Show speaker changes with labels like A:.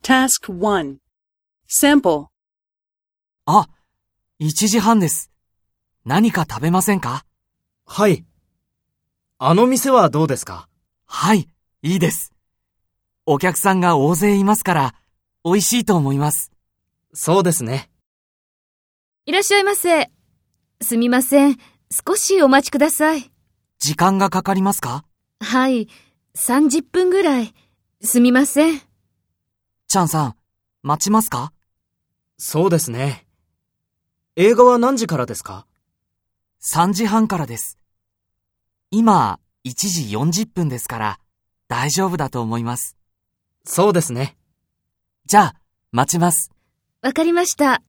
A: Task 1. Sample.
B: あ、1時半です。何か食べませんか
C: はい。あの店はどうですか
B: はい、いいです。お客さんが大勢いますから、美味しいと思います。
C: そうですね。
D: いらっしゃいませ。すみません。少しお待ちください。
B: 時間がかかりますか
D: はい。30分ぐらい。すみません。
B: チャンさん、待ちますか
C: そうですね。映画は何時からですか
B: ?3 時半からです。今、1時40分ですから、大丈夫だと思います。
C: そうですね。
B: じゃあ、待ちます。
D: わかりました。